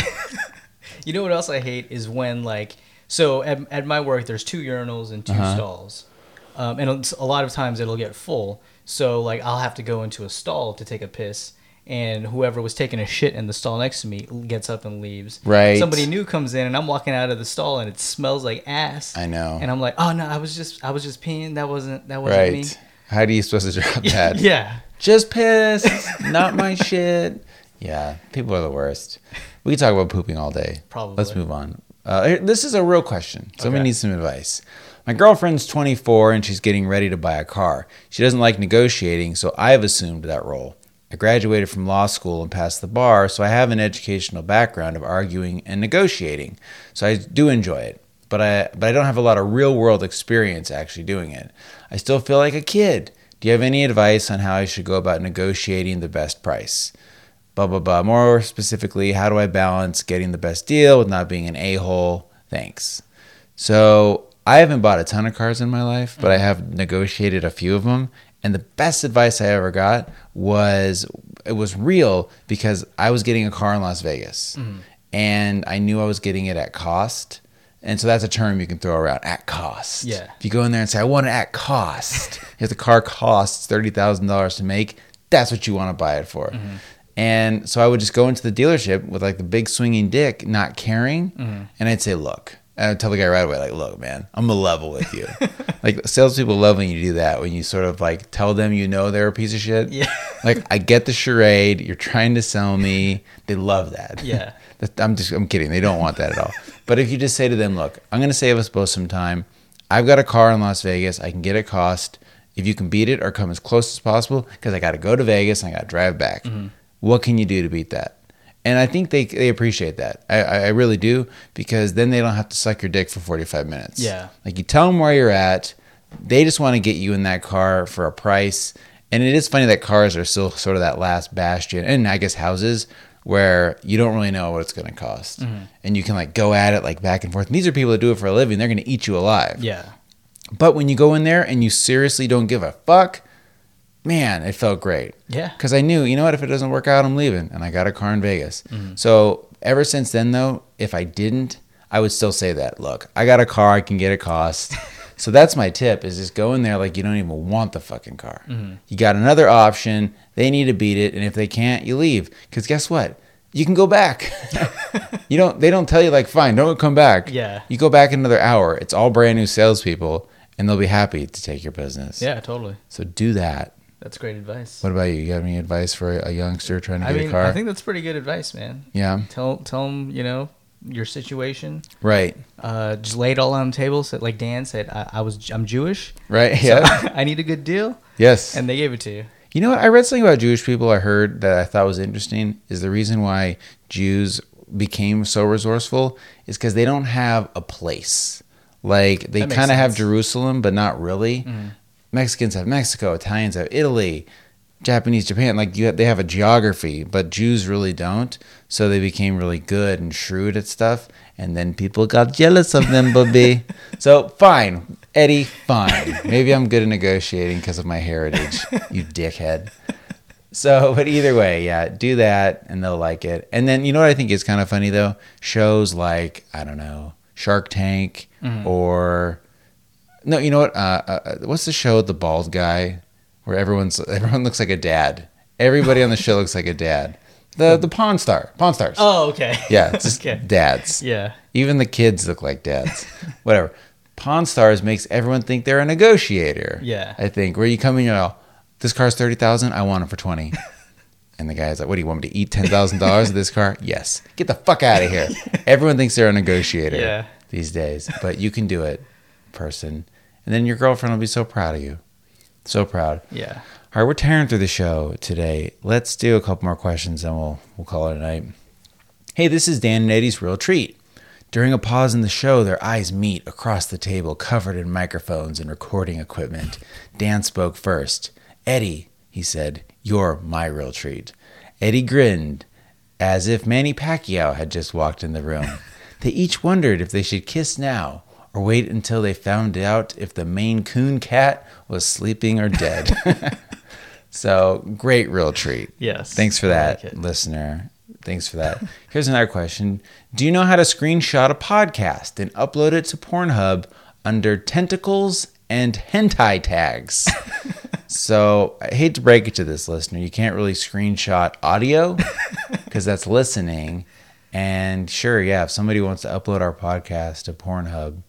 You know what else I hate is when like so at, at my work there's two urinals and 2
Uh-huh.
stalls, um, and it's- a lot of times it'll get full. So like I'll have to go into a stall to take a piss, and whoever was taking a shit in the stall next to me gets up and leaves.
Right.
Somebody new comes in, and I'm walking out of the stall, and it smells like ass.
I know.
And I'm like, oh no, I was just I was just peeing. That wasn't that wasn't me.
right? How do you supposed to drop that?
Yeah.
Just piss, not my shit. Yeah, people are the worst. We could talk about pooping all day.
Probably.
Let's move on. Uh, here- this is a real question. Somebody
Okay.
needs some advice. My girlfriend's 24 and she's getting ready to buy a car. She doesn't like negotiating, so I've assumed that role. I graduated from law school and passed the bar, so I have an educational background of arguing and negotiating. So I do enjoy it, but I but I don't have a lot of real world experience actually doing it. I still feel like a kid. Do you have any advice on how I should go about negotiating the best price? blah blah blah. More specifically, how do I balance getting the best deal with not being an a hole? Thanks. So I haven't bought a ton of cars in my life, but I have negotiated a few of them. And the best advice I ever got was it was real because I was getting a car in Las Vegas, and I knew I was getting it at cost. And so that's a term you can throw around at cost.
Yeah.
If you go in there and say, I want it at cost, if the car costs $30,000 to make, that's what you want to buy it for.
Mm-hmm.
And so I would just go into the dealership with like the big swinging dick, not caring.
Mm-hmm.
And I'd say, Look, and I'd tell the guy right away, like, Look, man, I'm a level with you. like, salespeople love when you do that, when you sort of like tell them you know they're a piece of shit.
Yeah.
like, I get the charade. You're trying to sell me. They love that.
Yeah.
That- I'm just I'm kidding. They don't want that at all. But if you just say to them, look, I'm going to save us both some time. I've got a car in Las Vegas. I can get it cost. If you can beat it or come as close as possible, because I got to go to Vegas and I got to drive back. What can you do to beat that? And I think they they appreciate that. I, I I really do because then they don't have to suck your dick for 45 minutes.
Yeah.
Like you tell them where you're at. They just want to get you in that car for a price. And it is funny that cars are still sort of that last bastion, and I guess houses where you don't really know what it's going to cost, and you can like go at it like back and forth. And these are people that do it for a living; they're going to eat you alive.
Yeah.
But when you go in there and you seriously don't give a fuck, man, it felt great.
Yeah.
Because I knew, you know what, if it doesn't
Mm-hmm.
work out, I'm leaving. And I got a car in Vegas. So ever since then, though, if I didn't, I would still say that. Look, I got a car. I can get a cost. so that's my tip: is just go in there like you don't even want the fucking car.
Mm-hmm.
You got another option. They need to beat it, and if they can't, you leave. Because guess what? You can go back. you don't. They don't tell you like, fine, don't come back.
Yeah.
You go back another hour. It's all brand new salespeople, and they'll be happy to take your business.
Yeah, totally.
So do that.
That's great advice.
What about you? You got any advice for a youngster trying to
I
get
mean,
a car?
I think that's pretty good advice, man.
yeah.
Tell tell them, you know, your situation.
Right.
Uh, just lay it all on the table. So, like Dan said, I, I was I'm Jewish.
Right.
so
Yeah.
I need a good deal,
yes.
and they gave it to you.
You know what? I read something about Jewish people I heard that I thought was interesting is the reason why Jews became so resourceful is because they don't have a place. Like they
That makes
kind of have
sense. Mm-hmm.
Jerusalem, but not really. Mexicans have Mexico, Italians have Italy, Japanese, Japan. Like you have, they have a geography, but Jews really don't. So they became really good and shrewd at stuff. And then people got jealous of them, baby. so fine, Eddie, fine. Maybe I'm good at negotiating because of my heritage, you dickhead. So, but either way, yeah, do that and they'll like it. And then, you know what I think is kind of funny though? Shows like, I don't know, Shark Tank
Mm-hmm.
or, no, you know what? Uh, uh, uh, what's the show, with The Bald Guy, where everyone's, everyone looks like a dad? Everybody on the show looks like a dad. The, the Pawn Star, Pawn Stars.
Oh, okay.
Yeah, it's just
okay.
dads.
Yeah.
Even the kids look like dads. Whatever. Pawn Stars makes everyone think they're a negotiator.
Yeah.
I think where you come in, you're all, this car's thirty thousand. I want it for twenty. and the guy's like, "What do you want me to eat ten thousand dollars of this car? Yes. Get the fuck out of here." everyone thinks they're a negotiator
Yeah.
these days, but you can do it, person. And then your girlfriend will be so proud of you. So proud.
Yeah.
All right, we're tearing through the show today. Let's do a couple more questions and we'll we'll call it a night. Hey, this is Dan and Eddie's real treat. During a pause in the show, their eyes meet across the table, covered in microphones and recording equipment. Dan spoke first. Eddie, he said, you're my real treat. Eddie grinned, as if Manny Pacquiao had just walked in the room. they each wondered if they should kiss now or wait until they found out if the Maine Coon cat was sleeping or dead. So great real treat.
Yes.
Thanks for
I
that,
like it.
listener. Thanks for that. Here's another question. Do you know how to screenshot a podcast and upload it to Pornhub under tentacles and hentai tags? so I hate to break it to this listener. You can't really screenshot audio because that's listening. And sure, yeah, if somebody wants to upload our podcast to Pornhub,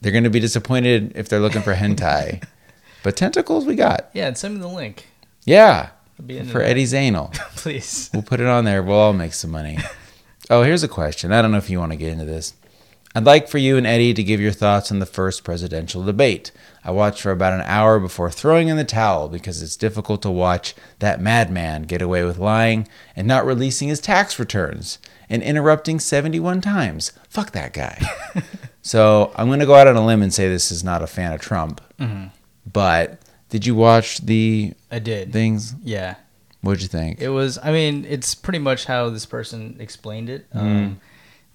they're going to be disappointed if they're looking for hentai. but tentacles, we got.
Yeah, and send me the link.
Yeah.
I'll be into
For
that.
Eddie's anal.
please.
We'll put it on there. We'll all make some money. Oh, here's a question. I don't know if you want to get into this. I'd like for you and Eddie to give your thoughts on the first presidential debate. I watched for about an hour before throwing in the towel because it's difficult to watch that madman get away with lying and not releasing his tax returns and interrupting 71 times. Fuck that guy. so I'm going to go out on a limb and say this is not a fan of Trump. But did you watch the
I did.
things?
yeah.
What'd you think?
It was. I mean, it's pretty much how this person explained it.
Mm-hmm.
Um,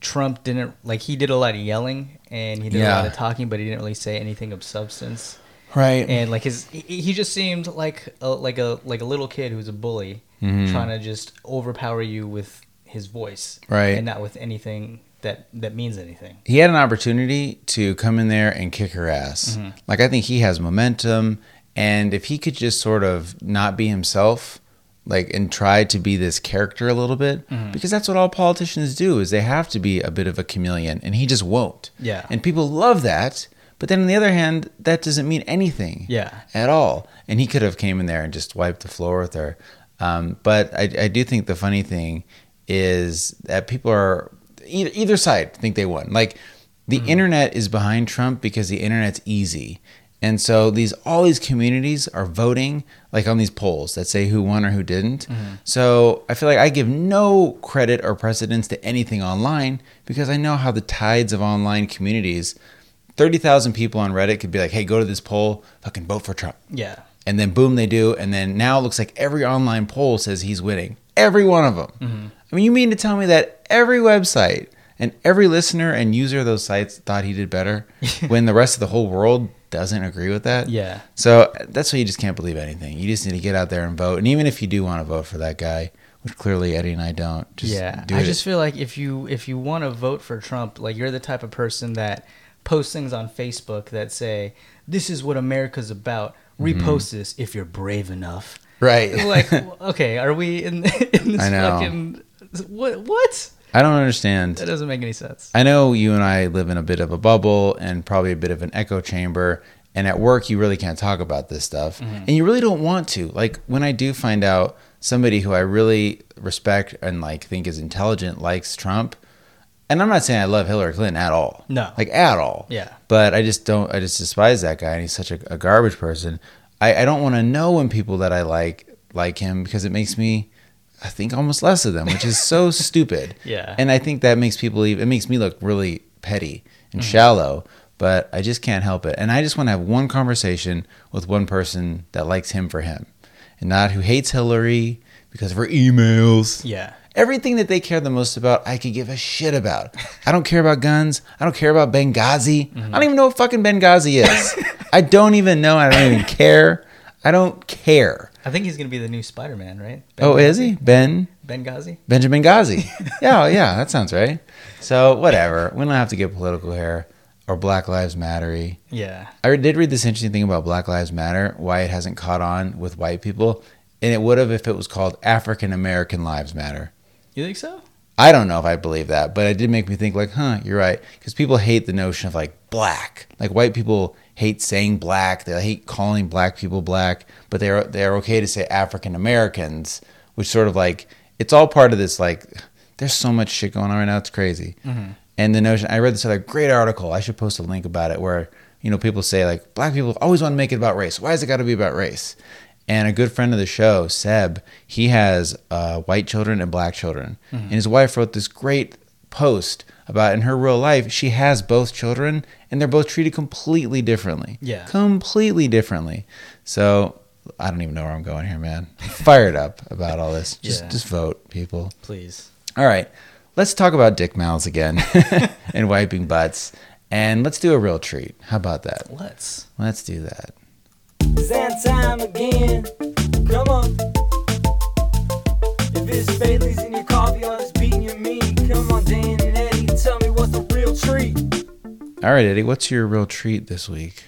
Trump didn't like. He did a lot of yelling and he did a lot
Yeah.
of talking, but he didn't really say anything of substance.
right.
And like his, he- he just seemed like a, like a like a little kid who's a bully,
Mm-hmm.
trying to just overpower you with his voice,
Right.
and not with anything that that means anything.
he had an opportunity to come in there and kick her ass. Like I think he has momentum, and if he could just sort of not be himself, like and try to be this character a little bit, because that's what all politicians do is they have to be a bit of a chameleon, and he just won't.
Yeah.
and people love that. But then on the other hand, that doesn't mean anything
Yeah.
at all. And he could have came in there and just wiped the floor with her. Um, but I, I do think the funny thing is that people are either, either side think they won. Like the internet is behind Trump because the internet's easy. And so these all these communities are voting like on these polls that say who won or who didn't. So I feel like I give no credit or precedence to anything online because I know how the tides of online communities 30,000 people on Reddit could be like, hey, go to this poll, fucking vote for Trump.
Yeah,
And then boom, they do. And then now it looks like every online poll says he's winning. Every one of them.
Mm-hmm.
I mean, you mean to tell me that every website and every listener and user of those sites thought he did better when the rest of the whole world doesn't agree with that?
Yeah.
So that's why you just can't believe anything. You just need to get out there and vote. And even if you do want to vote for that guy, which clearly Eddie and I don't. Just
yeah,
do
I
it.
just feel like if you if you want to vote for Trump, like you're the type of person that posts things on Facebook that say, "This is what America's about."
Mm-hmm.
Repost this if you're brave enough.
right.
like, okay, are we in, in this
I know.
fucking what? What?
I don't understand.
That doesn't make any sense.
I know you and I live in a bit of a bubble and probably a bit of an echo chamber. And at work, you really can't talk about this stuff.
Mm-hmm.
And you really don't want to. Like, when I do find out somebody who I really respect and like think is intelligent likes Trump, and I'm not saying I love Hillary Clinton at all.
No.
Like, at all.
Yeah.
But I just don't, I just despise that guy. And he's such a, a garbage person. I, I don't want to know when people that I like like him because it makes me, I think, almost less of them, which is so stupid.
Yeah.
And I think that makes people even, it makes me look really petty and shallow, but I just can't help it. And I just want to have one conversation with one person that likes him for him and not who hates Hillary because of her emails.
Yeah.
Everything that they care the most about, I could give a shit about. I don't care about guns. I don't care about Benghazi. I don't even know what fucking Benghazi is. I don't even know. I don't even care. I don't care.
I think he's gonna be the new Spider-Man, right?
Oh, is he? Ben?
Benghazi?
Benjamin Ghazi. yeah, yeah, that sounds right. So whatever. We don't have to get political here or Black Lives Mattery.
Yeah.
I did read this interesting thing about Black Lives Matter, why it hasn't caught on with white people, and it would have if it was called African American Lives Matter.
You think so?
I don't know if I believe that, but it did make me think like, huh, you're right, because people hate the notion of like black. Like white people hate saying black. They hate calling black people black, but they're they're okay to say African Americans, which sort of like it's all part of this like. There's so much shit going on right now. It's crazy. And the notion I read this other great article. I should post a link about it where you know people say like black people always want to make it about race. Why has it got to be about race? And a good friend of the show, Seb, he has uh, white children and black children. And his wife wrote this great post about in her real life, she has both children and they're both treated completely differently.
Yeah.
Completely differently. So I don't even know where I'm going here, man. Fired up about all this. Just,
Yeah.
just vote, people.
Please.
All right, let's talk about dick mouths again and wiping butts. And let's do a real treat. How about that?
Let's.
Let's do that.
It's that time again. Come on. If it's Bailey's in your coffee or it's beating your meat, come on, Dan and Eddie, tell me what's the real treat.
All right, Eddie, what's your real treat this week?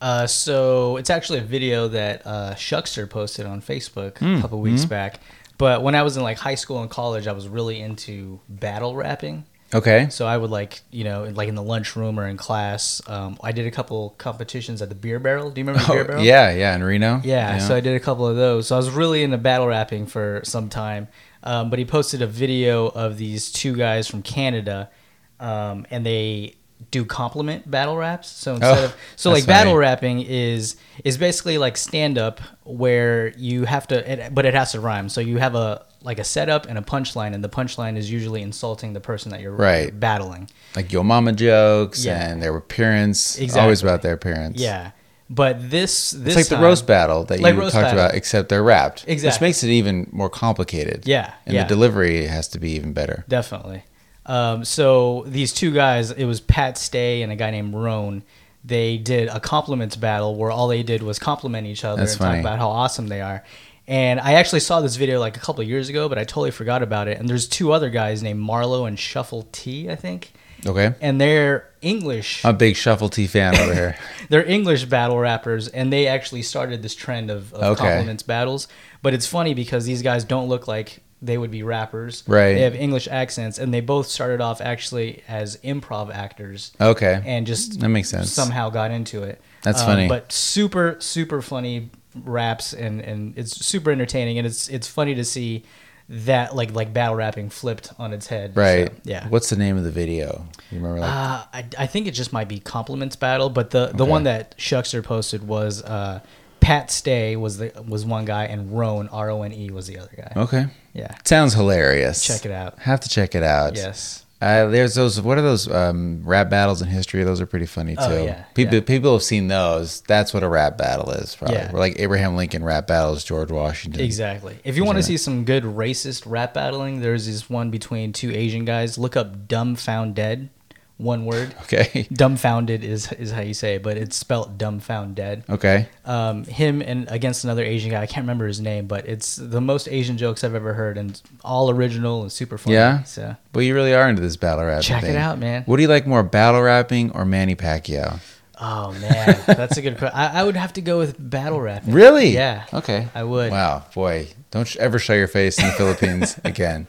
Uh, so it's actually a video that uh, Shuckster posted on Facebook
Hmm.
a couple weeks back. But when I was in like high school and college, I was really into battle rapping.
Okay.
So I would like, you know, in- like in the lunchroom or in class. Um, I did a couple competitions at the beer barrel. Do you remember the beer barrel?
Oh, yeah, yeah, in Reno.
Yeah, so I did a couple of those. So I was really into battle rapping for some time. Um, but he posted a video of these two guys from Canada, um, and they do compliment battle raps. So instead
Oh,
of so
that's
like battle
funny.
rapping is is basically like stand up where you have to, it, but it has to rhyme. So you have a like a setup and a punchline, and the punchline is usually insulting the person that you're
Right.
battling.
like your mama jokes
Yeah.
and their appearance.
Exactly.
Always about their appearance.
Yeah, but this
It's
this
like
time-
the roast battle that
Like
you
roast
talked
battle.
about, except they're wrapped. Which
Exactly.
makes it even more complicated.
Yeah,
And
yeah.
the delivery has to be even better.
Definitely. Um, so these two guys, it was Pat Stay and a guy named Roan. They did a compliments battle where all they did was compliment each other
That's
and
funny.
talk about how awesome they are. And I actually saw this video like a couple of years ago, but I totally forgot about it. And there's two other guys named Marlo and Shuffle T, I think,
Okay.
and they're English.
I'm a big Shuffle T fan over here.
they're English battle rappers, and they actually started this trend of, of
Okay.
compliments battles. But it's funny because these guys don't look like they would be rappers.
Right.
They have English accents, and they both started off actually as improv actors,
Okay.
and just
That makes sense.
Somehow got into it. Um,
That's funny.
But super, super funny raps, and and it's super entertaining, and it's it's funny to see that like like battle rapping flipped on its head.
right.
So, yeah.
What's the name of the video? You remember? Like,
Uh, I, I think it just might be compliments battle, but the, the
Okay.
one that Shuckster posted was uh, Pat Stay was the was one guy and Roan R O N E was the other guy.
okay.
Yeah,
Sounds hilarious.
check it out.
Have to check it out.
Yes,
Uh, there's those. What are those um, rap battles in history? Those are pretty funny too.
Oh, yeah,
people
yeah.
people have seen those. That's what a rap battle is. Probably.
Yeah.
We're like Abraham Lincoln rap battles, George Washington.
exactly. If you want to see some good racist rap battling, there's this one between two Asian guys. Look up Dumbfound Dead, one word.
Okay.
Dumbfounded is is how you say, it, but it's spelled dumbfounded.
Okay.
Um, him and against another Asian guy. I can't remember his name, but it's the most Asian jokes I've ever heard, and all original and super funny.
Yeah?
So
Well, you really are into this battle rap.
Check it
thing.
out, man.
What do you like more, battle rapping or Manny Pacquiao?
Oh man, that's a good question. I, I would have to go with battle rap.
Really?
Yeah.
Okay.
I would.
Wow, boy, don't sh- ever show your face in the Philippines again.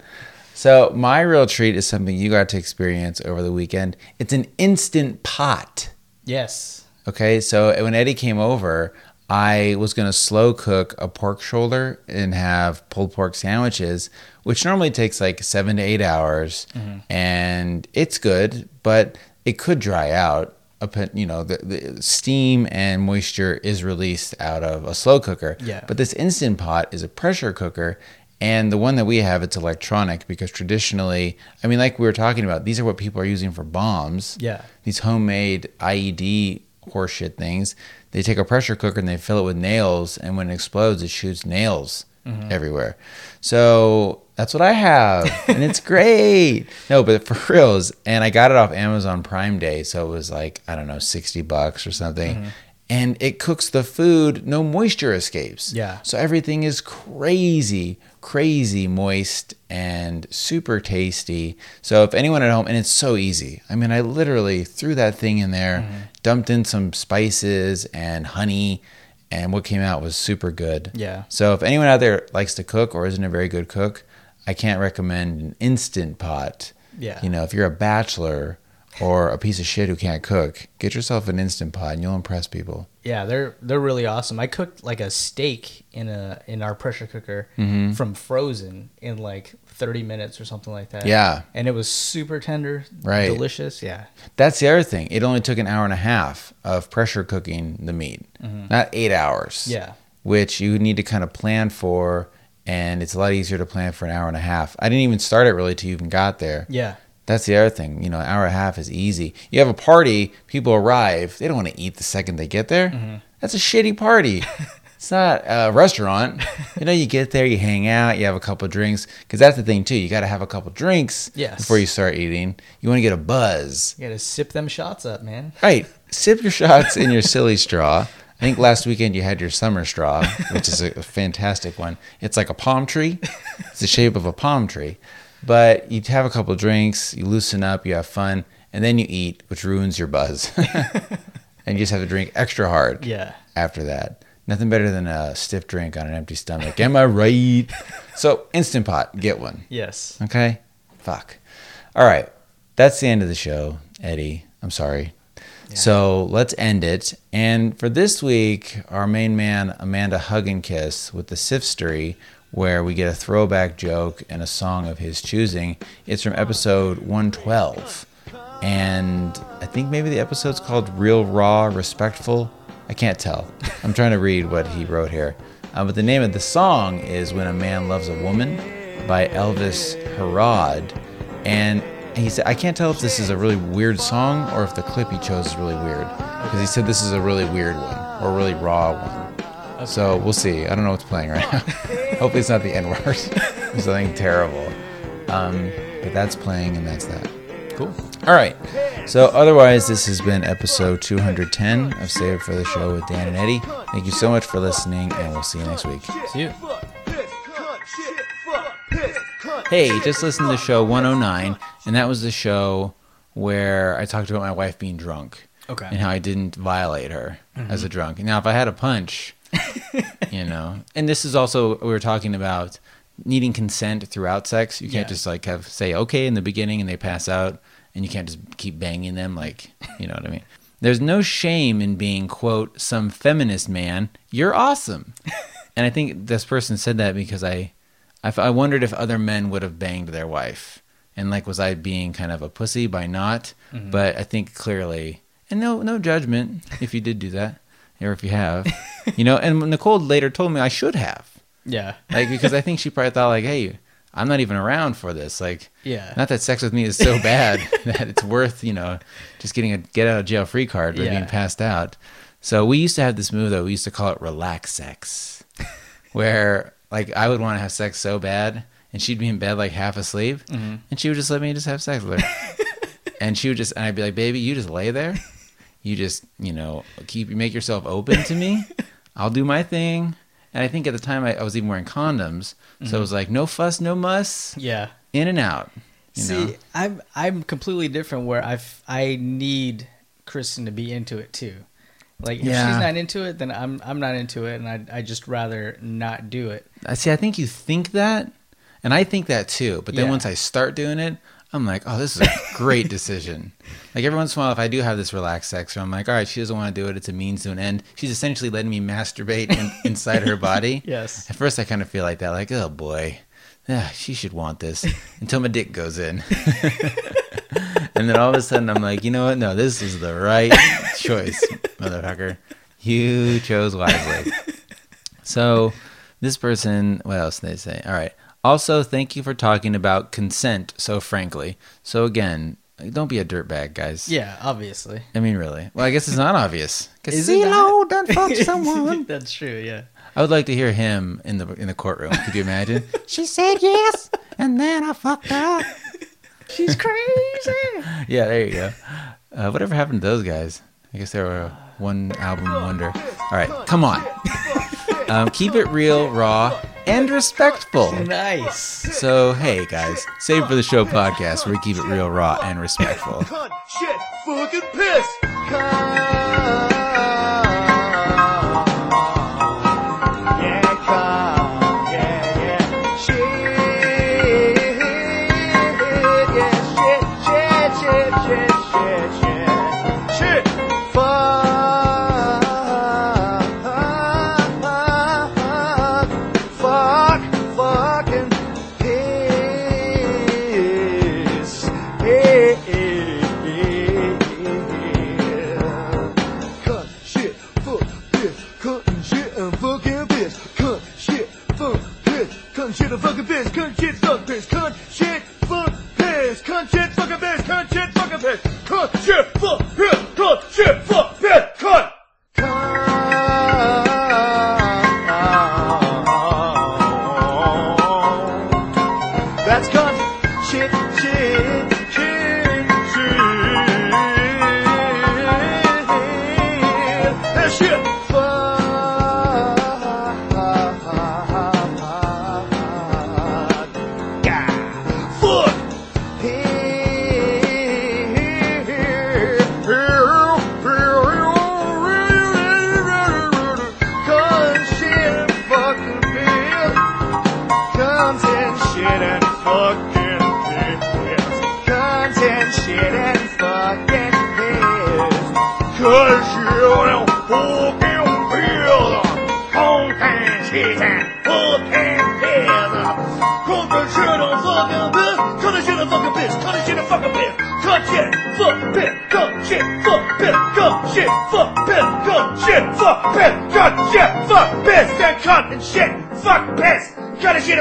So my real treat is something you got to experience over the weekend. It's an instant pot.
Yes.
Okay, so when Eddie came over, I was gonna slow cook a pork shoulder and have pulled pork sandwiches, which normally takes like seven to eight hours,
Mm-hmm.
and it's good, but it could dry out. Up at- You know, the, the steam and moisture is released out of a slow cooker.
Yeah.
But this instant pot is a pressure cooker, and the one that we have it's electronic because traditionally, I mean, like we were talking about, these are what people are using for bombs
Yeah.
these homemade IED horseshit things. They take a pressure cooker and they fill it with nails, and when it explodes, it shoots nails everywhere. So that's what I have, and it's great. No, but for reals, and I got it off Amazon Prime Day, so it was like I don't know, sixty bucks or something. And it cooks the food, no moisture escapes.
Yeah.
So everything is crazy, crazy moist and super tasty. So if anyone at home, and it's so easy. I mean, I literally threw that thing in there,
Mm-hmm.
dumped in some spices and honey, and what came out was super good.
Yeah.
So if anyone out there likes to cook or isn't a very good cook, I can't recommend an instant pot.
Yeah.
You know, if you're a bachelor or a piece of shit who can't cook, get yourself an instant pot and you'll impress people.
Yeah, they're they're really awesome. I cooked like a steak in a in our pressure cooker from frozen in like 30 minutes or something like that.
Yeah.
And it was super tender,
Right.
delicious. Yeah.
That's the other thing. It only took an hour and a half of pressure cooking the meat, not eight hours.
Mm-hmm. Yeah.
Which you need to kind of plan for. And it's a lot easier to plan for an hour and a half. I didn't even start it really till you even got there.
Yeah.
That's the other thing. You know, an hour and a half is easy. You have a party, people arrive, they don't want to eat the second they get there.
Mm-hmm.
That's a shitty party. it's not a restaurant. you know, you get there, you hang out, you have a couple drinks. Because that's the thing, too. You got to have a couple drinks
Yes.
before you start eating. You want to get a buzz.
You got to sip them shots up, man.
Right. Sip your shots in your silly straw. I think last weekend you had your summer straw, which is a fantastic one. It's like a palm tree. It's the shape of a palm tree. But you have a couple drinks, you loosen up, you have fun, and then you eat, which ruins your buzz. and you just have to drink extra hard
Yeah.
after that. Nothing better than a stiff drink on an empty stomach. Am I right? So, Instant Pot, get one.
Yes.
Okay? Fuck. All right. That's the end of the show, Eddie. I'm sorry. So let's end it. And for this week, our main man, Amanda Hug and Kiss with the Sifstery, where we get a throwback joke and a song of his choosing. It's from episode 112. And I think maybe the episode's called Real Raw Respectful. I can't tell. I'm trying to read what he wrote here. Uh, but the name of the song is When a Man Loves a Woman by Elvis Herod. And he said, I can't tell if this is a really weird song or if the clip he chose is really weird. Because he said this is a really weird one or a really raw one. So we'll see. I don't know what's playing right now. Hopefully it's not the N word or something terrible. Um, but that's playing and that's that.
Cool.
All right. So, otherwise, this has been episode 210 of Save It for the Show with Dan and Eddie. Thank you so much for listening, and we'll see you next week.
See you.
Hey, just listen to show 109, and that was the show where I talked about my wife being drunk and
Okay. Mm-hmm.
how I didn't violate her as a drunk. Now, if I had a punch, you know, and this is also we were talking about needing consent throughout sex. You can't
Yeah.
just like have say okay in the beginning and they pass out, and you can't just keep banging them like you know what I mean. There's no shame in being quote some feminist man. You're awesome, and I think this person said that because I, I, f- I wondered if other men would have banged their wife, and like was I being kind of a pussy by not? But I think clearly, and no no judgment if you did do that or if you have, you know. And Nicole later told me I should have,
Yeah.
like because I think she probably thought like, hey, I'm not even around for this, like.
Yeah.
Not that sex with me is so bad that it's worth, you know, just getting a get out of jail free card by
Yeah.
being passed out. So we used to have this move though. We used to call it relax sex, where like I would want to have sex
Mm-hmm.
so bad, and she'd be in bed like half asleep, and she would just let me just have sex with her. and she would just and I'd be like, "Baby, you just lay there. You just, you know, keep make yourself open to me. I'll do my thing." And I think at the time I, I was even wearing condoms, so it was like no fuss, no muss,
Yeah.
in and out. You
See,
know,
I'm I'm completely different. Where I I need Kristen to be into it too. Like if
Yeah.
she's not into it, then I'm I'm not into it, and I I just rather not do it.
I see. I think you think that, and I think that too. But then
Yeah.
once I start doing it, I'm like, "Oh, this is a great decision." Like every once in a while, if I do have this relaxed sex, where I'm like, "All right, she doesn't want to do it. It's a means to an end." She's essentially letting me masturbate in, inside her body.
Yes.
At first, I kind of feel like that, like, oh boy, ah, she should want this until my dick goes in. and then all of a sudden, I'm like, you know what? No, this is the right choice, motherfucker. You chose wisely. So, this person, what else did they say? All right. Also, thank you for talking about consent so frankly. So, again, don't be a dirtbag, guys.
Yeah, obviously.
I mean, really. Well, I guess it's not obvious.
Is it
Casino done fucked someone.
That's true. Yeah.
I would like to hear him in the in the courtroom. Could you imagine? she said yes, and then I fucked up.
She's crazy.
Yeah, there you go. Uh, whatever happened to those guys? I guess they were a one album wonder. All right, come on. Um, keep it real, raw, and respectful.
nice.
So hey, guys, save for the show podcast where we keep it real, raw, and respectful.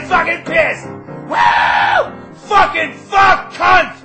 Fucking piss! Woo! Fucking fuck cunt!